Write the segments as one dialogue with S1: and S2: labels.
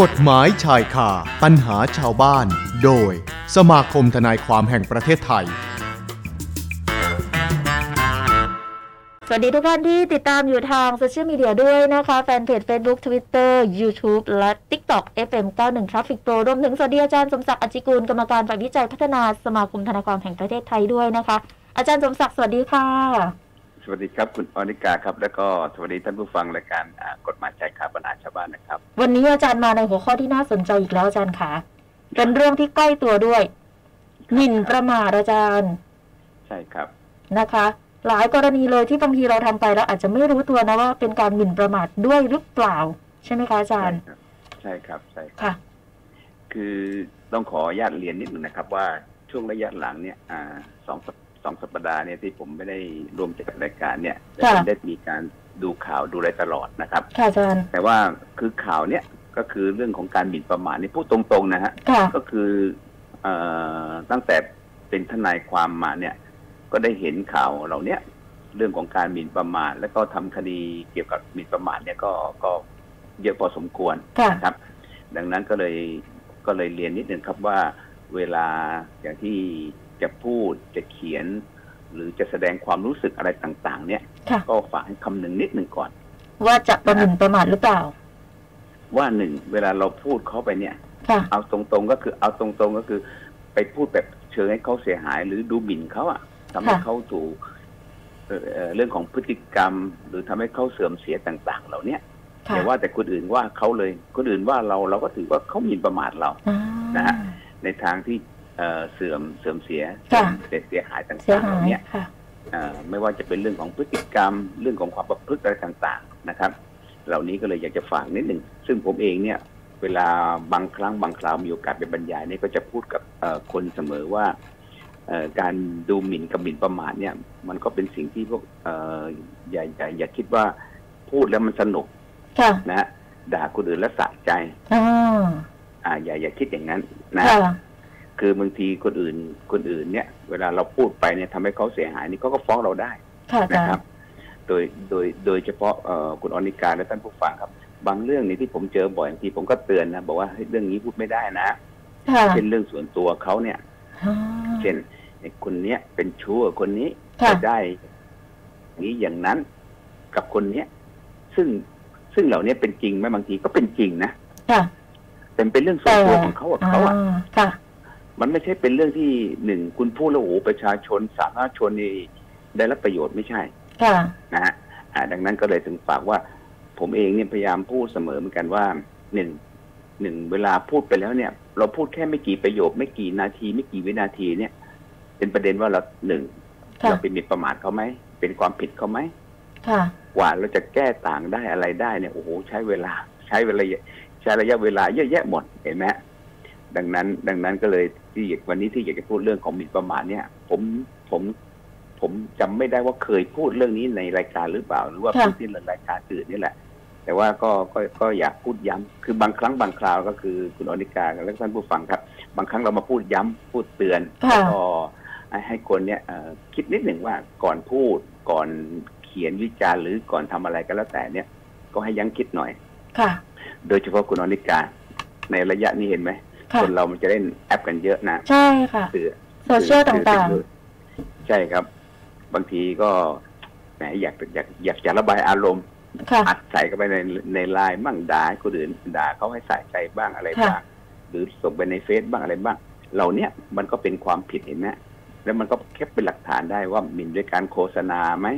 S1: กฎหมายชายคาปัญหาชาวบ้าน โดย สมาคมทนายความแห่งประเทศไทย
S2: สวัสดีทุกท่านที่ติดตามอยู่ทางโซเชียลมีเดียด้วยนะคะ แฟนเพจ Facebook Twitter YouTube และ TikTok FM 91 Traffic Pro รวมถึงสวัสดีอาจารย์สมศักดิ์อจจิกูลกรรมการฝ่ายวิจัยพัฒนาสมาคมธนาความแห่งประเทศไทยด้วยนะคะ อาจารย์สมศักดิ์สวัสดีค่ะ
S3: สวัสดีครับคุณอนิกาครับ แล้วก็สวัสดีท่านผู้ฟังรายการอ่ากฎหมายชายคาปัญหาชาวบ้านนะครับ
S2: วันนี้อาจารย์มาในหัวข้อที่น่าสนใจอีกแล้วอาจารย์ค่ะ เป็นเรื่องที่ใกล้ตัวด้วยหมิ่นประมาทอาจารย์
S3: ใช่ครับ
S2: นะคะ หลายกรณีเลยที่บางทีเราทำไปแล้วอาจจะไม่รู้ตัวนะว่าเป็นการหมิ่นประมาทด้วยหรือเปล่า ใช่ไหมคะอาจา
S3: ใช่
S2: รย์
S3: ครับ ใช่ครับใช่ครับ
S2: ค่ะ
S3: คือต้องขออนุญาตเรียนนิดหนึ่งนะครับ ว่าช่วงระยะหลังเนี่ยอ่าสองสัปสองสัปดาห์เนี่ยที่ผมไม่ได้รวมจัดรายการเนี่ยแต่ผม
S2: ค่ะ
S3: ได้มีการดูข่าวดูอะไรตลอดนะครับ
S2: ค่ะอาจารย์
S3: แต่ว่าคือข่าวเนี่ยก็คือเรื่องของการหมิ่นประมาทนี่พูดตรงๆนะฮะ
S2: ค่ะ
S3: ก็คือเออตั้งแต่เป็นทนายความมาเนี่ย ก็ได้เห็นข่าวเหล่าเนี้ยเรื่องของการหมิ่นประมาทแล้วก็ทำคดีเกี่ยวกับหมิ่นประมาทเนี่ยก็ก็เยอะพอสมควร
S2: ค่ะ
S3: นะครับ ดังนั้นก็เลยก็เลยเรียนนิดนึงครับว่าเวลาอย่างที่จะพูดจะเขียน หรือจะแสดงความรู้สึกอะไรต่าง ๆ เนี่ย
S2: ค่ะ
S3: ก็ฝากให้คำนึงนิดหนึ่งก่อน
S2: ว่าจะประหมิ่นประมาทหรือเปล่า
S3: ว่าหนึ่งเวลาเราพูดเข้าไปเนี่ย
S2: ค่ะ
S3: เอาตรงๆก็คือเอาตรงๆก็คือ ไปพูดแบบเชิงให้เขาเสียหาย หรือดูหมิ่นเขาอะทำให้
S2: ค่ะ
S3: เขาถูกเอ่อเอ่อเรื่องของพฤติกรรม หรือทำให้เขาเสื่อมเสียต่าง ๆ เหล่าเนี้ย
S2: ค่ะ
S3: อย่าว่าแต่คนอื่นว่าเขาเลยคนอื่นว่าเราเราก็ถือว่าเขาหมิ่นประมาทเรา
S2: อ่า
S3: นะฮะ ในทางที่เอ่อเสื่อมเสื่อมเสีย
S2: ค่ะ
S3: เสียเสียหายต่าง
S2: เสีย
S3: ๆ
S2: หา
S3: เหล่ายเนี้ย
S2: ค่ะ
S3: เอ่อไม่ว่าจะเป็นเรื่องของพฤติกรรม เรื่องของความประพฤติอะไรต่างๆนะครับ เหล่านี้ก็เลยอยากจะฝากนิดหนึ่งซึ่งผมเองเนี่ย เวลาบางครั้งบางคราวมีโอกาสไปบรรยายเนี่ยก็จะพูดกับเอ่อคนเสมอว่าเอ่อการดูหมิ่นกับหมิ่นประมาทเนี่ย มันก็เป็นสิ่งที่พวกเอ่ออย่าอย่าอย่าคิดว่าพูดแล้วมันสนุก
S2: ค่ะ
S3: นะฮะด่าคนอื่นแล้วสะใจ
S2: อ่า
S3: อ่าอย่าอย่าคิดอย่างนั้นนะฮะ
S2: ค่ะ
S3: คือบางทีคนอื่นคนอื่นเนี่ยเวลาเราพูดไปเนี่ยทำให้เขาเสียหายนี่เขาก็ฟ้องเราได้
S2: ค่ะอา
S3: นะ
S2: จาร
S3: ครับ
S2: ย์
S3: โดยโดยโดยเฉพาะเอ่อคุณอนิกาและท่านผู้ฟังครับ บางเรื่องนี่ที่ผมเจอบ่อยบางทีผมก็เตือนนะบอกว่าเฮ้ยเรื่องนี้พูดไม่ได้นะ
S2: ค่ะ
S3: เช่นเรื่องส่วนตัวเขาเนี่ย
S2: อ่า
S3: เช่นไอ้คนเนี้ยเป็นชู้กับคนนี้
S2: ค่ะ
S3: จะได้อย่างนี้อย่างนั้นกับคนเนี้ยซึ่งซึ่งเหล่านี้เป็นจริงไหมบางทีก็เป็นจริงนะ
S2: ค่ะ
S3: แต่มันเป็นเรื่องส่วนตัวของเขากับ
S2: อ่า
S3: เขาอะ
S2: ค่ะ
S3: มันไม่ใช่เป็นเรื่องที่หนึ่งคุณพูดแล้วโอ้โหประชาชนสาธารณชนนี่ได้รับประโยชน์ไม่ใช่
S2: ค่ะ
S3: นะฮะอ่าดังนั้นก็เลยถึงฝากว่า ผมเองเนี่ยพยายามพูดเสมอเหมือนกันว่าหนึ่งหนึ่งเวลาพูดไปแล้วเนี่ย เราพูดแค่ไม่กี่ประโยคไม่กี่นาที ไม่กี่วินาทีเนี่ย เป็นประเด็นว่าเราหนึ่ง
S2: ค่ะ
S3: เราเป็นหมิ่นประมาทเขาไหมเป็นความผิดเขาไหม
S2: ค่ะ
S3: กว่าเราจะแก้ต่างได้อะไรได้เนี่ยโอ้โหใช้เวลา ใช้เวลาใช้ระยะเวลาเยอะแยะหมดเห็นไหมฮะ ดังนั้นดังนั้นก็เลยที่อยากวันนี้ที่อยากจะพูดเรื่องของหมิ่นประมาทเนี่ย ผมผมผมจำไม่ได้ว่าเคยพูดเรื่องนี้ในรายการหรือเปล่า หรือว่า
S2: ค่ะ
S3: พูดที่รายการอื่นนี่แหละ แต่ว่าก็ก็ก็อยากพูดย้ำคือบางครั้งบางคราวก็คือคุณอนิกาและท่านผู้ฟังครับ บางครั้งเรามาพูดย้ำพูดเตือนแล้วก็ให้ให้คนเนี่ยเอ่อคิดนิดหนึ่งว่าก่อนพูดก่อนเขียนวิจารณ์หรือก่อนทำอะไรก็แล้วแต่เนี่ย ก็ให้ยังคิดหน่อย
S2: ค่ะ
S3: โดยเฉพาะคุณอนิกา ในระยะนี้เห็นไหม
S2: ค่ะ
S3: คนเรามันจะเล่นแอปกันเยอะนะ
S2: ใช่ค่ะ
S3: สื่อ
S2: โซเชียล
S3: สื่อ
S2: ต่าง
S3: สื่อใช่ครับ บางทีก็แหมอยากอยากอยากจะระบายอารมณ์
S2: ๆ ค่ะ
S3: อัดใส่เข้าไปในในไลน์บ้างด่าให้คนอื่นด่าเขาให้ใส่ใจบ้างอะไร
S2: ค่ะ
S3: บ้างหรือส่งไปในเฟซบ้างอะไรบ้าง เหล่าเนี้ยมันก็เป็นความผิดเห็นไหมแล้วมันก็แคปเป็นหลักฐานได้ว่าหมิ่นด้วยการโฆษณาไหม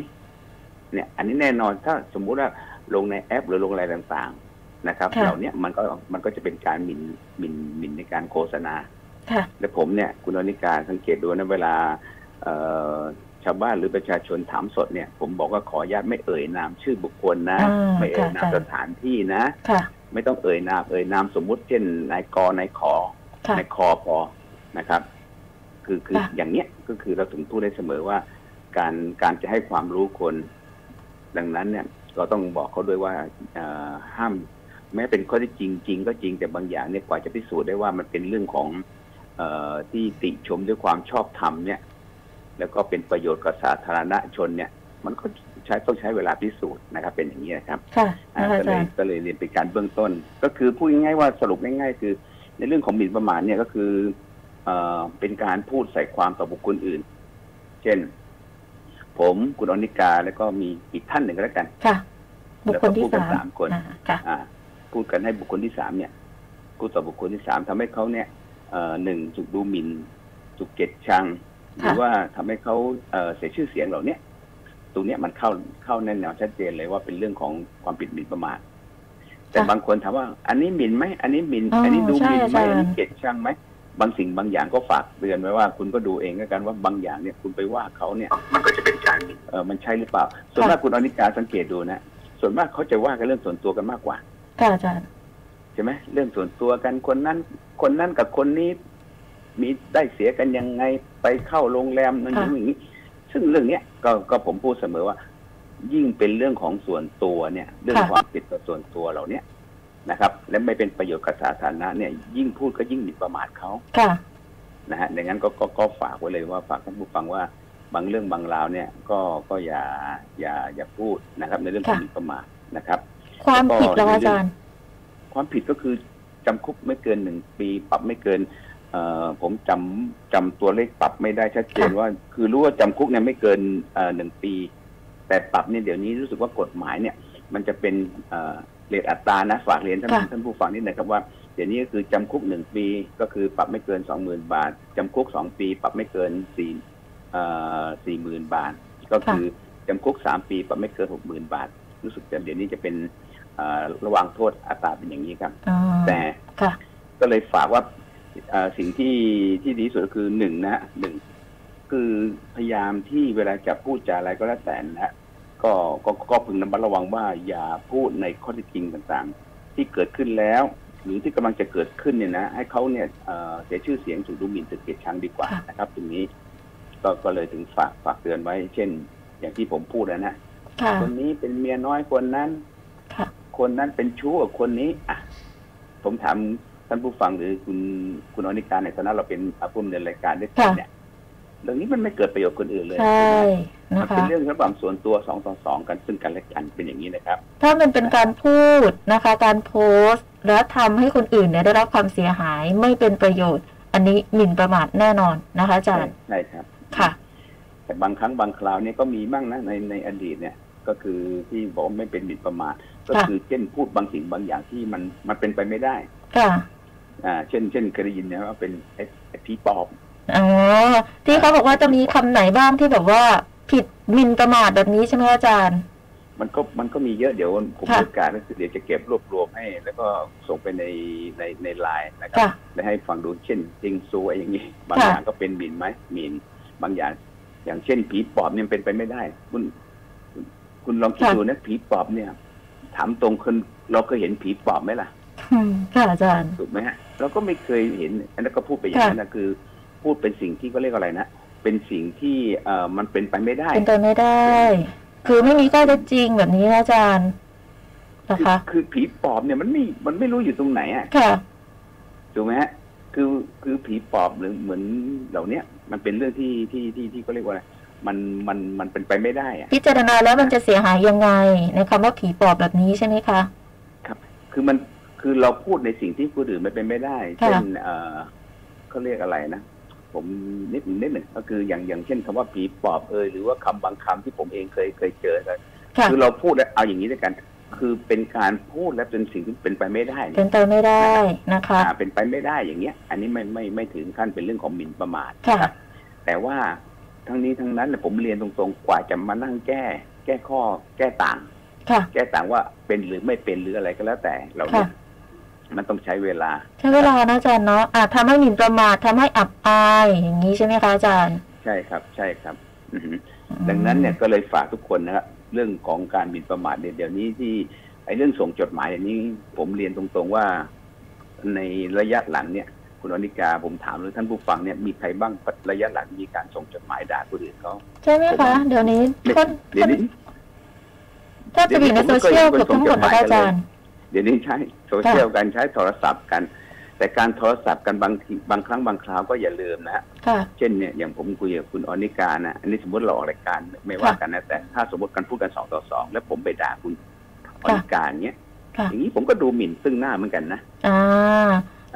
S3: เนี่ย อันนี้แน่นอนถ้าสมมุติว่าลงในแอป หรือลงอะไรต่างๆนะครับ
S2: ค่ะ
S3: เหล่าเนี้ยมันก็มันก็จะเป็นการหมิ่นหมิ่นหมิ่นในการโฆษณา
S2: ค่ะ
S3: และผมเนี่ยคุณอนิกาสังเกตดูนะเวลาเอ่อชาวบ้านหรือประชาชนถามสดเนี่ย ผมบอกว่าขออนุญาตไม่เอ่ยนามชื่อบุคคลนะ
S2: อ่า
S3: ไม่เอ่ย
S2: ค่ะ
S3: นาม
S2: ค่ะ
S3: สถานที่นะ
S2: ค่ะ
S3: ไม่ต้องเอ่ยนามเอ่ยนามสมมุติเช่นนายกนายขอ
S2: ค่ะ
S3: นายคอพอนะครับ คือคือ
S2: ค่ะ
S3: อย่างเนี้ยก็คือเราถึงพูดได้เสมอว่า การการจะให้ความรู้คน ดังนั้นเนี่ย เราต้องบอกเขาด้วยว่าเอ่อห้าม แม้เป็นข้อที่จริงจริงก็จริงแต่บางอย่างเนี่ยกว่าจะพิสูจน์ได้ว่ามันเป็นเรื่องของเออที่ติชมด้วยความชอบธรรมเนี่ย แล้วก็เป็นประโยชน์กับสาธารณชนเนี่ย มันก็ใช้ต้องใช้เวลาพิสูจน์นะครับ เป็นอย่างนี้นะครับ
S2: ค่ะ
S3: อ่า
S2: นะคะ
S3: ก็
S2: อา
S3: เล
S2: จาย รย์
S3: ก็เลยเรียนเป็นการเบื้องต้น ก็คือพูดง่ายๆว่าสรุปง่ายๆ คือ ในเรื่องของหมิ่นประมาทเนี่ยก็คือเอ่อเป็นการพูดใส่ความต่อบุคคลอื่น เช่น ผมคุณอนิกาแล้วก็มีอีกท่านหนึ่งก็แล้วกัน
S2: ค่ะ บุคคลที่
S3: แล้วก็พูดกัน
S2: สาม
S3: สามคน
S2: อ่าค่ะ
S3: อ่าพูดกันให้บุคคลที่สามเนี่ยพูดต่อบุคคลที่สามทำให้เขาเนี่ยเอ่อหนึ่งถูกดูหมิ่นถูกเกลียดชัง หรื
S2: ค่ะ
S3: อว่าทำให้เขาเอ่อเสียชื่อเสียงเหล่าเนี้ยตรงเนี้ยมันเข้าเข้าแน่นแนวชัดเจนเลยว่าเป็นเรื่องของความผิดหมิ่นประมาทแต่บางคนถามว่า อันนี้หมิ่นไหมอันนี้หมิ่น
S2: อ๋ออั
S3: อันนี้ดูหมิ่นไหม
S2: ใช่อาจารย์
S3: อันนี้เกลียดชังไหมบางสิ่งบางอย่างก็ฝากเตือนไว้ว่าคุณก็ดูเองแล้วกันว่าบางอย่างเนี่ยคุณไปว่าเขาเนี่ย มันก็จะเป็นการหมิ่นเออมันใช่หรือเปล่า ส่วนมากคุณอนิกาสังเกตดูนะส่วนมากเขาจะว่ากันเรื่องส่วนตัวกันมากกว่า
S2: ค่ะอาจารย์
S3: ใช่ไหมเรื่องส่วนตัวกันคนนั้น คนนั้นกับคนนี้ มีได้เสียกันยังไงไปเข้าโรงแรมนั่น
S2: ค่ะ
S3: อย่างนี้ ซึ่งเรื่องเนี้ยก็ก็ผมพูดเสมอว่า ยิ่งเป็นเรื่องของส่วนตัวเนี่ย เรื่องความผิดต่อส่วนตัวเหล่าเนี้ยนะครับ และไม่เป็นประโยชน์กับสาธารณะเนี่ย ยิ่งพูดก็ยิ่งหมิ่นประมาทเขา
S2: ค่ะ
S3: นะฮะดังนั้นก็ก็ก็ฝากไว้เลยว่าฝากท่านผู้ฟังว่าบางเรื่องบางราวเนี่ย ก็ก็อย่าอย่าอย่าพูดนะครับ ในเรื่องของ
S2: ค่ะ
S3: หมิ่นประมาทนะครับ
S2: ความผิดแล้วอาจารย์
S3: ความผิดก็คือจำคุกไม่เกินหนึ่งปี ปรับไม่เกิน เอ่อผมจำจำตัวเลขปรับไม่ได้ชัดเจน
S2: ค่ะ
S3: ว่า คือรู้ว่าจำคุกเนี่ยไม่เกินเอ่อหนึ่งปี แต่ปรับเนี่ยเดี๋ยวนี้รู้สึกว่ากฎหมายเนี่ย มันจะเป็นเอ่อเรทอัตรานะฝากเรียนท่านท่านผู้ฟังนิดหนะครับว่าเดี๋ยวนี้ก็คือจำคุกหนึ่งปี ก็คือปรับไม่เกินสองหมื่นบาทจำคุกสองปี ปรับไม่เกินสี่สี่หมื่นบาท ก็คือจำคุกสามปีปรับไม่เกินหกหมื่นบาท รู้สึกแต่เดี๋ยวนี้จะเป็นเอ่อระหว่างโทษอัตราเป็นอย่างนี้ครับ
S2: อ๋อ
S3: แต่
S2: ค่ะ
S3: ก็เลยฝากว่าเอ่อสิ่งที่ที่ดีที่สุดก็คือหนึ่งนะฮะหนึ่งคือพยายามที่เวลาจะพูดจะอะไรก็แล้วแต่นะฮะก็ก็ก็พึงระมัดระวังว่าอย่าพูดในข้อเท็จจริงต่างๆ ที่เกิดขึ้นแล้ว หรือที่กำลังจะเกิดขึ้นเนี่ยนะให้เขาเนี่ยเอ่อเสียชื่อเสียงถูกดูหมิ่นถูกเกลียดชังดีกว่า
S2: ค่ะ
S3: นะครับตรงนี้ก็ก็เลยถึงฝากฝากเตือนไว้ เช่น อย่างที่ผมพูดนะฮะ
S2: ค่ะ
S3: คนนี้เป็นเมียน้อยคนนั้น
S2: ค่ะ
S3: คนนั้นเป็นชู้กับคนนี้ อ่ะ ผมถามท่านผู้ฟังหรือคุณคุณอนิการในฐานะเราเป็นอาผู้ดำเนินรายการด้วยกันเนี่ย เรื่องนี้มันไม่เกิดประโยชน์คนอื่นเลย
S2: ใช่นะ
S3: มัน
S2: คะ
S3: เป็นเรื่องระหว่างส่วนตัวสองต่อสองกันซึ่งกันและกันเป็นอย่างนี้นะครับ
S2: ถ้ามันเป็นการพูดนะคะ การโพสต์ และทำให้คนอื่นเนี่ยได้รับความเสียหายไม่เป็นประโยชน์ อันนี้หมิ่นประมาทแน่นอนนะคะอาจารย์
S3: ใช่ครับ
S2: ค่ะ
S3: แต่บางครั้งบางคราวเนี่ยก็มีบ้างนะในในอดีตเนี่ย ก็คือที่บอกว่าไม่เป็นหมิ่นประมาทก็
S2: ค่ะ
S3: คือเช่นพูดบางสิ่งบางอย่างที่มันมันเป็นไปไม่ได้
S2: ค่ะ
S3: อ่า เช่น เช่นเคยได้ยินนะว่าเป็นไอ้ไอ้ผีปอบ
S2: อ๋อ ที่เขาบอกว่าจะมีคำไหนบ้างที่แบบว่าผิดหมิ่นประมาทแบบนี้ใช่ไหมอาจารย์
S3: มันก็มันก็มีเยอะเดี๋ยวผม
S2: ค่ะ
S3: มีโอกาสนะเดี๋ยวจะเก็บรวบรวมให้ แล้วก็ส่งไปในในในไลน์นะครั
S2: ค่ะ
S3: บและให้ฟังดูเช่นจริงซูอะไรอย่างนี้บาง
S2: ค่ะ
S3: อย่างก็เป็นหมินไหมหมินบางอย่าง อย่างเช่น ผีปอบเนี่ยมันเป็นไปไม่ได้ คุณคุณคุณลองคิดดูนะผีปอบเนี่ย ถามตรงคนเราเคยเห็นผีปอบไหมล่ะ
S2: อืมค่ะอาจารย์
S3: ถูกไหมฮะเราก็ไม่เคยเห็นอันนั้นก็พูดไปอย่างนั้นนะคือ พูดเป็นสิ่งที่เขาเรียกอะไรนะเป็นสิ่งที่เอ่อมันเป็นไปไม่ได้
S2: เป็นไปไม่ได้ คือไม่มีข้อเท็จจริงแบบนี้นะอาจารย์นะคะ
S3: คือผีปอบเนี่ยมันไม่มันไม่รู้อยู่ตรงไหนอะ
S2: ค่ะ
S3: ถูกไหมฮะ คือคือผีปอบหรือเหมือนเหล่าเนี้ยมันเป็นเรื่องที่ที่ที่ที่เขาเรียกว่าอะไร มันมันมันเป็นไปไม่ได้อะ
S2: พิจารณาแล้วมันจะเสียหายยังไงในคำว่าผีปอบแบบนี้ใช่ไหมคะ
S3: คือมันคือเราพูดในสิ่งที่ผู้อื่นมันเป็นไม่ได้
S2: ค่ะ
S3: เช่นเอ่อเขาเรียกอะไรนะ ผมนิดหนึ่งนิดหนึ่งก็คืออย่างอย่างเช่นคำว่าผีปอบเอยหรือว่าคำบางคำที่ผมเองเคยเคยเจอนะ
S2: ค่ะ
S3: คือเราพูดแล้วเอาอย่างนี้ด้วยกัน คือเป็นการพูดและเป็นสิ่งที่เป็นไปไม่ได้เนี่ย
S2: เป็นไปไม่ได้นะคะ
S3: อ่าเป็นไปไม่ได้อย่างเงี้ย อันนี้ไม่ไม่ไม่ถึงขั้นเป็นเรื่องของหมิ่นประมาท
S2: ค่ะ
S3: นะแต่ว่าทั้งนี้ทั้งนั้นเนี่ยผมเรียนตรงๆ กว่าจะมานั่งแก้ แก้ข้อ แก้ต่าง
S2: ค่ะ
S3: แก้ต่างว่าเป็นหรือไม่เป็นหรืออะไรก็แล้วแต่เราเนี่ยมันต้องใช้เวลา
S2: ใช้เวลานะอาจารย์เนาะอาจทำให้หมิ่นประมาททำให้อับอายอย่างนี้ใช่ไหมคะอาจารย์
S3: ใช่ครับ ใช่ครับอือฮึ
S2: อืม
S3: ดังนั้นเนี่ยก็เลยฝากทุกคนนะครับเรื่องของการหมิ่นประมาทเนี่ยเดี๋ยวนี้ที่ไอ้เรื่องส่งจดหมายอย่างนี้ผมเรียนตรงๆว่า ในระยะหลังเนี่ย คุณอนิกาผมถามหรือท่านผู้ฟังเนี่ยมีใครบ้างระยะหลังมีการส่งจดหมายด่าคนอื่นเขา
S2: ใช่ไหมคะเดี๋ยวนี้คน
S3: เดี๋ยวนี้
S2: แทบจะอยู่ในโซเชียลเกือบทั้งหมดนะคะอาจารย์
S3: เดี๋ยวนี้ใช้โซเชียลกันใช้โทรศัพท์กัน แต่การโทรศัพท์กันบางทีบางครั้งบางคราวก็อย่าลืมนะฮะ
S2: ค่ะ
S3: เช่นเนี่ยอย่างผมคุยกับคุณออนิกานะอันนี้สมมติเราออกรายการไม่ว่ากันนะแต่ถ้าสมมติกันพูดกันสองต่อสองแล้วผมไปด่าคุณออนิกาอย่างเงี้ย
S2: ค่ะ
S3: อย่างนี้ผมก็ดูหมิ่นซึ่งหน้าเหมือนกันนะ
S2: อ่า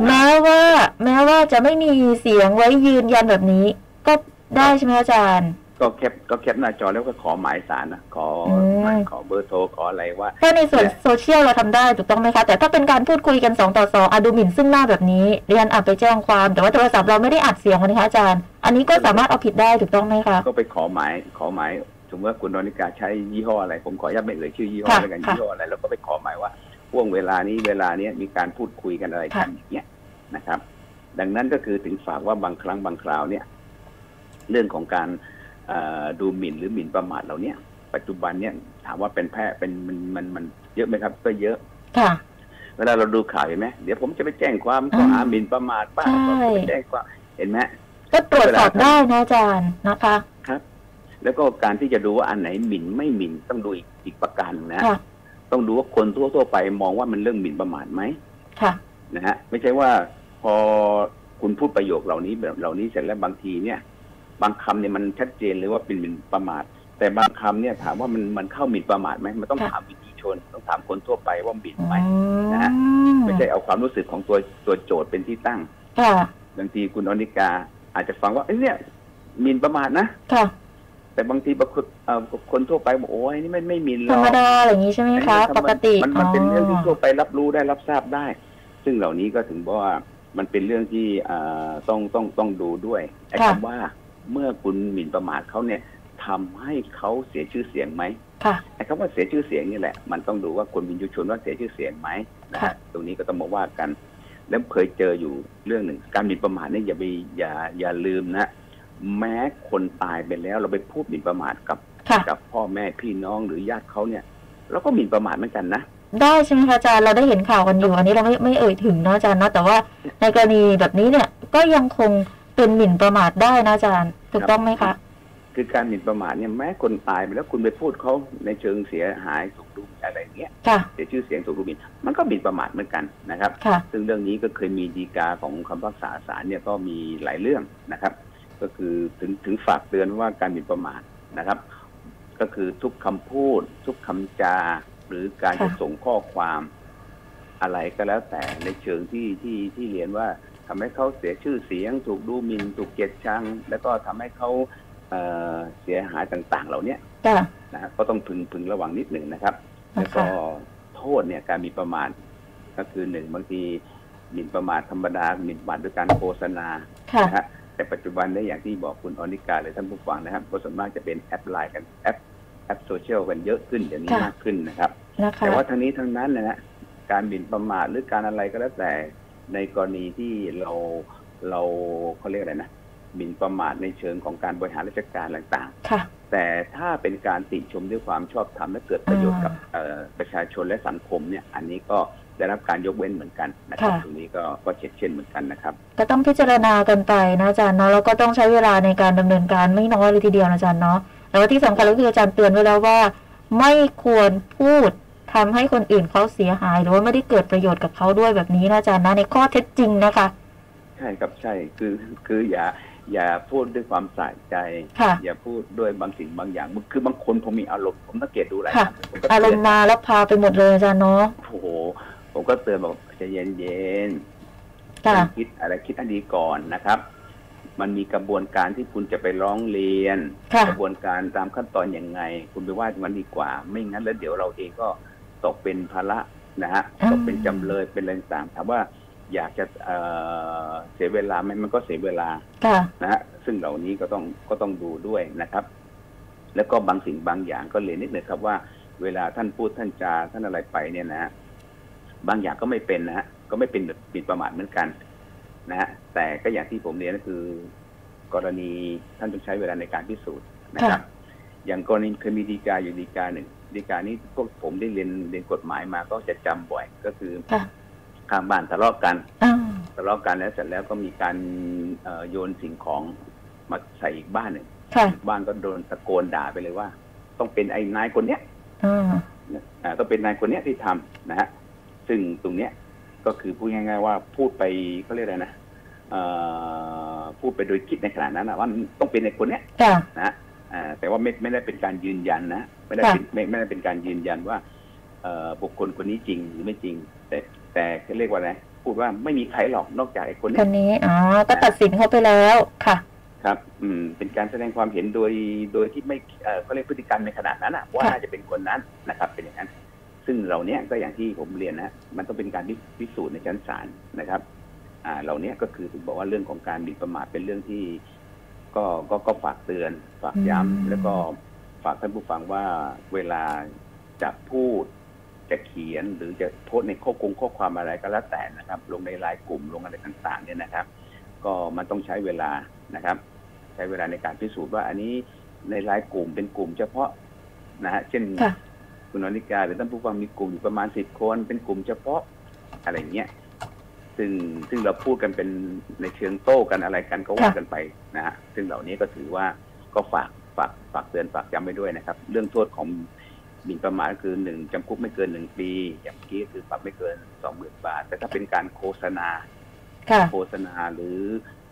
S2: แม้ว่าแม้ว่าจะไม่มีเสียงไว้ยืนยันแบบนี้ ก็ได้ใช่ไหมอาจารย์
S3: ก็แคปก็แคปหน้าจอแล้วก็ขอหมายสารนะขออ
S2: ม
S3: หมายขอเบอร์โทรขออะไรว่า
S2: ถ้าในส่วน
S3: เนี่ย
S2: โซเชียลเราทำได้ถูกต้องไหมคะ แต่ถ้าเป็นการพูดคุยกันสองต่อสองอะดูหมิ่นซึ่งหน้าแบบนี้เรียนอาจไปแจ้งความ แต่ว่าโทรศัพท์เราไม่ได้อัดเสียงนะคะอาจารย์ อันนี้ก็สามารถเอาผิดได้ถูกต้องไหม คะ
S3: ก็ไปขอหมายขอหมายสมมติว่าคุณออนิกาใช้ยี่ห้ออะไร ผมขออนุญาตไม่เอ่ยชื่อยี่ห้อ
S2: ค่ะ
S3: แล้วกัน
S2: ค่ะ
S3: ยี่ห้ออะไรแล้วก็ไปขอหมายว่าห่วงเวลานี้เวลาเนี้ยมีการพูดคุยกันอะไรกัน
S2: ค่ะ
S3: อย่างเงี้ยนะครับ ดังนั้นก็คือถึงฝากว่าบางครั้งบางคราวเนี่ย เรื่องของการเอ่อดูหมิ่นหรือหมิ่นประมาทเราเนี่ย ปัจจุบันเนี่ยถามว่าเป็นแพร่เป็นมันมันมันเยอะไหมครับ ก็เยอะ
S2: ค่ะ
S3: เวลาเราดูข่าวเห็นไหมเดี๋ยวผมจะไปแจ้งความข้อหาหมิ่นประมาทป้า
S2: ใช่
S3: ผมจะไปแจ้งความเห็นไหม
S2: ก็ตรวจสอบได้นะอาจารย์นะคะ
S3: แล้วก็การที่จะดูว่าอันไหนหมิ่นไม่หมิ่นต้องดูอีกอีกประการหนึ่งนะ
S2: ค่ะ
S3: ต้องดูว่าคนทั่วทั่วๆไปมองว่ามันเรื่องหมิ่นประมาทไหม
S2: ค่ะ
S3: นะฮะไม่ใช่ว่าพอคุณพูดประโยคเหล่านี้แบบเหล่านี้เสร็จแล้วบางทีเนี่ย บางคำเนี่ยมันชัดเจนเลยว่าเป็นหมิ่นประมาท แต่บางคำเนี่ยถามว่ามันมันเข้าหมิ่นประมาทไหมมันต้อง
S2: ค่ะ
S3: ถามวิถีชน ต้องถามคนทั่วไปว่าหมิ่น
S2: อื
S3: ไหม นะฮะ
S2: ม
S3: ไม่ใช่เอาความรู้สึกของตัวตัวโจทย์เป็นที่ตั้ง
S2: ค่ะ
S3: บางทีคุณอนิกา อาจจะฟังว่าเอ้ยเนี่ยหมิ่นประมาทนะ
S2: ค่ะ
S3: แต่บางทีบางคนเอ่อคนทั่วไปบอกโอ้ยนี่มันไม่หมิ่นห
S2: ธ
S3: ร
S2: ร
S3: อ
S2: รม
S3: ก
S2: ดาอะไรอย่างนี้ใช่ไหมคะ
S3: อันนี้มัน
S2: ปกติ
S3: มันมันเป็นเรื่องที่
S2: อ๋
S3: ทั่วไปรับรู้ได้รับทราบได้ ซึ่งเหล่านี้ก็ถึงบอกว่ามันเป็นเรื่องที่เอ่อต้องต้องต้องดูด้วยไอ้คำว่าเมื่อคุณหมิ่นประมาทเขาเนี่ยทำให้เขาเสียชื่อเสียงไหม
S2: อค่ะ
S3: ไอ้คำว่าเสียชื่อเสียงนี่แหละ มันต้องดูว่าคนวินยูชนว่าเสียชื่อเสียงไหมนะ
S2: ค่ะ
S3: ฮะตรงนี้ก็ต้องมาว่ากัน แล้วเคยเจออยู่เรื่องหนึ่ง การหมิ่นประมาทเนี่ยอย่าไปอย่าอย่าลืมนะ แม้คนตายไปแล้วเราไปพูดหมิ่นประมาทกับ
S2: ค่ะ
S3: กับพ่อแม่พี่น้องหรือญาติเขาเนี่ยเราก็หมิ่นประมาทเหมือนกันนะ
S2: ได้ใช่ไหมคะอาจารย์เราได้เห็นข่าวกันอยู่ อันนี้เราไม่ไม่เอ่ยถึงเนาะอาจารย์เนาะแต่ว่าในกรณีแบบนี้เนี่ย ก็ยังคงเป็นหมิ่นประมาทได้นะอาจารย์ถูกต้องไหมคะ
S3: คือการหมิ่นประมาทเนี่ยแม้คนตายไปแล้วคุณไปพูดเขาในเชิงเสียหายถูกดูหมิ่นอะไรเงี้ย
S2: ค่ะ
S3: เสียชื่อเสียงถูกดูหมิ่นมันก็หมิ่นประมาทเหมือนกันนะครับ
S2: ค่ะ
S3: ซึ่งเรื่องนี้ก็เคยมีดีกาของคำพิพากษาศาลเนี่ยก็มีหลายเรื่องนะครับ ก็คือถึงถึงฝากเตือนว่าการหมิ่นประมาทนะครับ ก็คือทุกคำพูด ทุกคำจา หรือการจะ
S2: ค่ะ
S3: ส่งข้อความอะไรก็แล้วแต่ในเชิงที่ที่ที่เรียนว่าทำให้เขาเสียชื่อเสียง ถูกดูหมินถูกเกลียดชัง แล้วก็ทำให้เขาเอ่อเสียหายต่าง ๆ เหล่าเนี้ย
S2: ค่ะ
S3: นะฮะก็ต้องพึงพึงระวังนิดหนึ่งนะครับ
S2: นะคะ
S3: แล้วก็โทษเนี่ยการหมีประมาทก็คือหนึ่งบางทีหมิ่นประมาทธรรมดาหมิ่นประมาทด้วยการโฆษณา
S2: ค่ะ
S3: นะฮะแต่ปัจจุบันได้อย่างที่บอกคุณออนิกาหรือท่านผู้ฟังนะครับก็ส่วนมากจะเป็นแอปไลน์กันแอปแอปโซเชียลกันเยอะขึ้นเดี๋ยวนี้
S2: ค่ะ
S3: มากขึ้นนะครับ
S2: นะคะ
S3: แต่ว่าทั้งนี้ทั้งนั้นนะฮะการหมิ่นประมาทหรือการอะไรก็แล้วแต่ในกรณีที่เราเราเขาเรียกอะไรนะหมิ่นประมาทในเชิงของการบริหารราชการต่างๆ
S2: ค่ะ
S3: แต่ถ้าเป็นการติชมด้วยความชอบธรรมและเกิดประโยชน์กับเอ่อประชาชนและสังคมเนี่ย อันนี้ก็ได้รับการยกเว้นเหมือนกันนะครับ
S2: ค่ะ
S3: ตรงนี้ก็ก็เช็ดเช่นเหมือนกันนะครับ
S2: ก็ต้องพิจารณากันไปนะอาจารย์เนาะแล้วก็ต้องใช้เวลาในการดำเนินการไม่น้อยเลยทีเดียวนะอาจารย์เนาะแล้วที่สำคัญก็คืออาจารย์เตือนไว้แล้วว่า ไม่ควรพูดทำให้คนอื่นเขาเสียหาย หรือว่าไม่ได้เกิดประโยชน์กับเขาด้วยแบบนี้นะอาจารย์นะในข้อเท็จจริงนะคะ
S3: ใช่ครับใช่คือคืออย่าอย่าพูดด้วยความสะใจ
S2: ค่ะ
S3: อย่าพูดด้วยบางสิ่งบางอย่างคือบางคนผมมีอารมณ์ผมสังเกตดูหลาย
S2: ค่ะ
S3: ครั้งผมก็
S2: อาร
S3: เตือ
S2: ม
S3: น
S2: ณ์มาแล้วพาไปหมดเลยอาจารย์เนาะ
S3: โอ้โหผมก็เตือนบอกใจเย็นเย็นๆ
S2: ค่ะ
S3: คิดอะไรคิดอันดีก่อนนะครับ มันมีกระบวนการที่คุณจะไปร้องเรียน
S2: ค่ะ
S3: กระบวนการตามขั้นตอนอย่างไง คุณไปว่ามันดีกว่า ไม่งั้นแล้วเดี๋ยวเราเองก็ตกเป็นภาระนะฮะตกเป็นจำเลยเป็นอะไรต่างถามว่าอยากจะเอ่อเสียเวลาไหมมันก็เสียเวลา
S2: ค่ะ
S3: นะฮะซึ่งเหล่านี้ก็ต้องก็ต้องดูด้วยนะครับ แล้วก็บางสิ่งบางอย่างก็เรียนนิดหนึ่งครับว่า เวลาท่านพูดท่านจาท่านอะไรไปเนี่ยนะฮะบางอย่างก็ไม่เป็นนะฮะก็ไม่เป็นแบบปิดประมาทเหมือนกันนะฮะแต่ก็อย่างที่ผมเรียนก็คือ กรณีท่านต้องใช้เวลาในการพิสูจน์นะครับ อย่างกรณีเคยมีดีกาอยู่ดีกาหนึ่งดีกานี้พวกผมได้เรียนเรียนกฎหมายมาก็จะจำบ่อย ก็คือ
S2: ค่ะ
S3: ข้างบ้านทะเลาะกัน
S2: อ้าว
S3: ทะเลาะกันแล้วเสร็จแล้วก็มีการเอ่อโยนสิ่งของมาใส่อีกบ้านหนึ่ง
S2: ค่ะ
S3: บ้านก็โดนตะโกนด่าไปเลยว่า ต้องเป็นไอ้นายคนเนี้ย
S2: อ่า
S3: อ่าต้องเป็นนายคนเนี้ยที่ทำนะฮะซึ่งตรงเนี้ย ก็คือพูดง่าย ๆ ว่าพูดไปเขาเรียกอะไรนะเอ่อพูดไปโดยคิดในขณะนั้นนะว่ามันต้องเป็นในคนเนี้ย
S2: ค่ะ
S3: นะอ่าแต่ว่าไม่ไม่ได้เป็นการยืนยันนะไม่ได้เป็นไม่ไม่ได้เป็นการยืนยันว่าเอ่อบุคคลคนนี้จริงหรือไม่จริง แต่แต่เรียกว่าอะไรพูดว่าไม่มีใครหรอกนอกจากไอ้คน
S2: ค
S3: นี้
S2: นนี้ อ๋อ ก็ตัดสินเขาไปแล้วค่ะ
S3: ครับ อืมเป็นการแสดงความเห็นโดยโดยที่ไม่เอ่อเขาเรียกพฤติกรรมในขนาดนั้นนะว่า
S2: ค่ะ
S3: น่าจะเป็นคนนั้นนะครับ เป็นอย่างนั้น ซึ่งเราเนี้ยก็อย่างที่ผมเรียนนะมันต้องเป็นการพิพิสูจน์ในชั้นศาลนะครับอ่าเราเนี้ยก็คือถึงบอกว่าเรื่องของการหมิ่นประมาทเป็นเรื่องที่ ก็ก็ก็ฝากเตือน ฝากย้ำแล้วก็ฝากท่านผู้ฟังว่าเวลาจะพูดจะเขียนหรือจะโพสต์ในข้อคงข้อความอะไรก็แล้วแต่นะครับ ลงในไลน์กลุ่มลงอะไรต่าง ๆ เนี่ยนะครับ ก็มันต้องใช้เวลานะครับ ใช้เวลาในการพิสูจน์ว่าอันนี้ในไลน์กลุ่มเป็นกลุ่มเฉพาะนะฮะเช่น
S2: ค่ะ
S3: คุณนริกาหรือท่านผู้ฟังมีกลุ่มอยู่ประมาณสิบคน เป็นกลุ่มเฉพาะอะไรเงี้ยซึ่งซึ่งเราพูดกันเป็นในเชิงโต้กันอะไรกันก็ว่ากันไปนะฮะซึ่งเหล่านี้ก็ถือว่าก็ฝากฝากฝากเตือนฝากย้ำไปด้วยนะครับ เรื่องโทษของหมิ่นประมาทก็คือหนึ่งจำคุกไม่เกินหนึ่งปี อย่างเมื่อกี้คือปรับไม่เกินสองหมื่นบาท แต่ถ้าเป็นการโฆษณา
S2: ค่ะ
S3: โฆษณาหรือ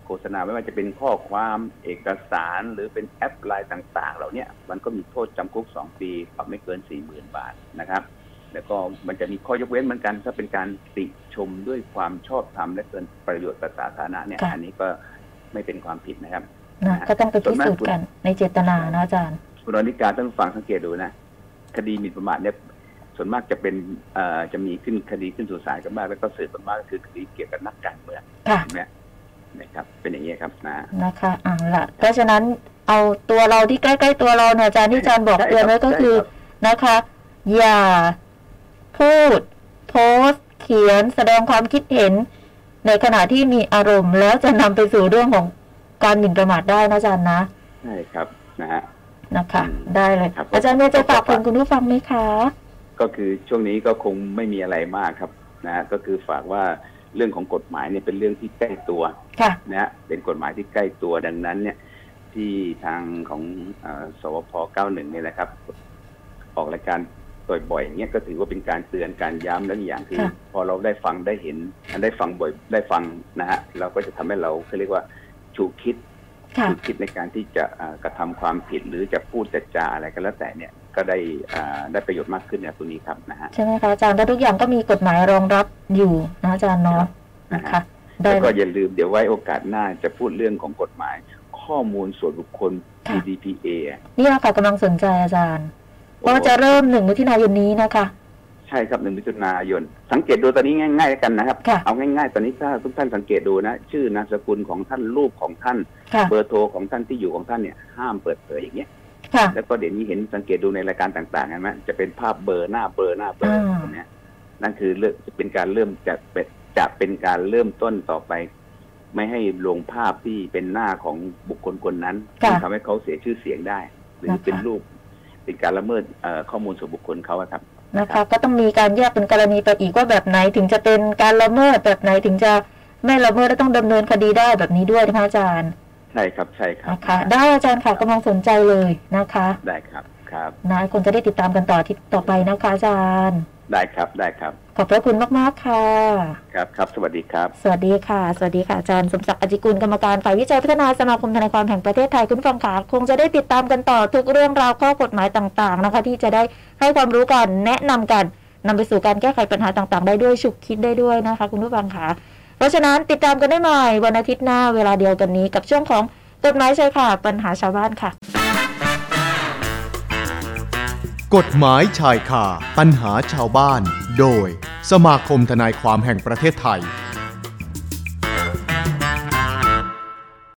S3: โฆษณาไม่ว่าจะเป็นข้อความเอกสารหรือเป็นแอปไลน์ต่าง ๆ เหล่าเนี้ยมันก็มีโทษจำคุก 2 ปีปรับไม่เกิน 4 0,000 บาทนะครับ แล้วก็มันจะมีข้อยกเว้นเหมือนกัน ถ้าเป็นการติชมด้วยความชอบธรรมและเกินประโยชน์ต่อสาธารณะเนี่ย
S2: ค่ะ
S3: อันนี้ก็ไม่เป็นความผิดนะครับ
S2: นะก็ต้องไปพิสูจน์กันในเจตนานะอาจารย์
S3: คุณรนิกาท่านผู้ฟังสังเกตดูนะ คดีหมิ่นประมาทเนี่ยส่วนมากจะเป็นเอ่อจะมีขึ้นคดีขึ้นสู่ศาลกันมากแล้วก็สืบกันมากก็คือคดีเกี่ยวกับนักการเมือง
S2: ค่ะ
S3: เห็นไหมนะครับ เป็นอย่างนี้ยครับนะ
S2: นะคะอ่าละเพราะฉะนั้นเอาตัวเราที่ใกล้ๆตัวเราเนี่ยอาจารย์ที่อาจารย์บอกเตือนไว้ก็คือ นะคะ อย่าพูด โพสต์ เขียนแสดงความคิดเห็น ในขณะที่มีอารมณ์ แล้วจะนำไปสู่เรื่องของการหมิ่นประมาทได้นะอาจารย์นะ
S3: ใช่ครับนะฮะ
S2: นะคะ
S3: อืม
S2: ได้เลย
S3: ครับผม
S2: อาจารย์เนี่ยจะฝาก
S3: ขอบ
S2: ถึง
S3: คุณ
S2: คุณผู้ฟังไหมคะ
S3: ก็คือช่วงนี้ก็คงไม่มีอะไรมากครับนะฮะก็คือฝากว่าเรื่องของกฎหมายเนี่ยเป็นเรื่องที่ใกล้ตัว
S2: ค่ะ
S3: นะฮะเป็นกฎหมายที่ใกล้ตัวดังนั้น เนี่ย ที่ทางของเอ่อสวพ 91 เนี่ยนะครับ ออกรายการบ่อยๆอย่างเงี้ยก็ถือว่าเป็นการเตือนการย้ำและอีกอย่างคือ
S2: ค่ะ
S3: พอเราได้ฟังได้เห็นได้ฟังบ่อยได้ฟังนะฮะเราก็จะทำให้เราเขาเรียกว่าชูคิด
S2: ค่ะ
S3: คือคิดในการที่จะอ่ากระทำความผิดหรือจะพูดจะจาอะไรก็แล้วแต่เนี่ยก็ได้อ่าได้ประโยชน์มากขึ้นเนี่ยตรงนี้ครับนะฮะ
S2: ใช่ไหมคะอาจารย์แล้วทุกอย่างก็มีกฎหมายรองรับอยู่นะอาจารย์เนาะนะ
S3: ค
S2: คะ
S3: รับ
S2: ได้
S3: แล้ว
S2: เล
S3: ก็
S2: ย
S3: อย่าลืมเดี๋ยวไว้โอกาสหน้าจะพูดเรื่องของกฎหมาย ข้อมูลส่วนบุคคล
S2: ค่ะ
S3: PDPA อะ
S2: นี่เราค่ะกำลังสนใจอาจารย์ว่าจะเริ่มหนึ่งมิถุนายนนี้นะคะ
S3: ใช่ครับหนึ่งมิถุนายน สังเกตดูตอนนี้ง่ายๆแล้วกันนะครับ
S2: ค่ะ
S3: เอาง่ายๆ ตอนนี้ถ้าทุกท่านสังเกตดูนะ ชื่อนามสกุลของท่านรูปของท่าน
S2: ค่ะ
S3: เบอร์โทรของท่านที่อยู่ของท่านเนี่ยห้ามเปิดเผยอย่างเงี้ย
S2: ค่ะ
S3: แล้วก็เดี๋ยวนี้เห็นสังเกตดูในรายการต่างๆเห็นไหมจะเป็นภาพเบอร์หน้าเบอร์หน้าเบอร์
S2: อ่า
S3: ตรงเนี้ยนั่นคือเริ่มจะเป็นการเริ่มจะเป็นจะเป็นการเริ่มต้นต่อไป ไม่ให้ลงภาพที่เป็นหน้าของบุคคลคนนั้น
S2: ค่ะ
S3: ที่ทำให้เขาเสียชื่อเสียงได้ หรือ
S2: นะคะ
S3: เป็นรูปเป็นการละเมิดเอ่อข้อมูลส่วนบุคคลเขาอะครับ
S2: นะคะ ก็ต้องมีการแยกเป็นกรณีไปอีกว่าแบบไหนถึงจะเป็นการละเมิดแบบไหนถึงจะไม่ละเมิดและต้องดำเนินคดีได้แบบนี้ด้วยนะคะอาจารย์
S3: ใช่ครับใช่ครับ
S2: นะคะ ได้อาจารย์ค่ะกำลังสนใจเลยนะคะ
S3: ได้ครับครับ
S2: นะคนจะได้ติดตามกันต่อที่ต่อไปนะคะอาจารย์
S3: ได้ครับได้ครับ
S2: ขอบพระคุณมากๆค่ะ
S3: ครับครับ สวัสดีครับ
S2: สวัสดีค่ะ สวัสดีค่ะอาจารย์สมศักดิ์อจิกุลกรรมการฝ่ายวิจัยพัฒนาสมาคมทนายความแห่งประเทศไทยคุณผู้ฟังขาคงจะได้ติดตามกันต่อทุกเรื่องราวข้อกฎหมายต่างๆนะคะ ที่จะได้ให้ความรู้กันแนะนำกันนำไปสู่การแก้ไขปัญหาต่างๆ ได้ด้วยฉุกคิดได้ด้วยนะคะ คุณผู้ฟังขาเพราะฉะนั้นติดตามกันได้ใหม่วันอาทิตย์หน้าเวลาเดียวกันนี้กับช่วงของกฎหมายชายค่ะปัญหาชาวบ้านค่ะ
S1: กฎหมายชายคาปัญหาชาวบ้าน โดยสมาคมทนายความแห่งประเทศไทย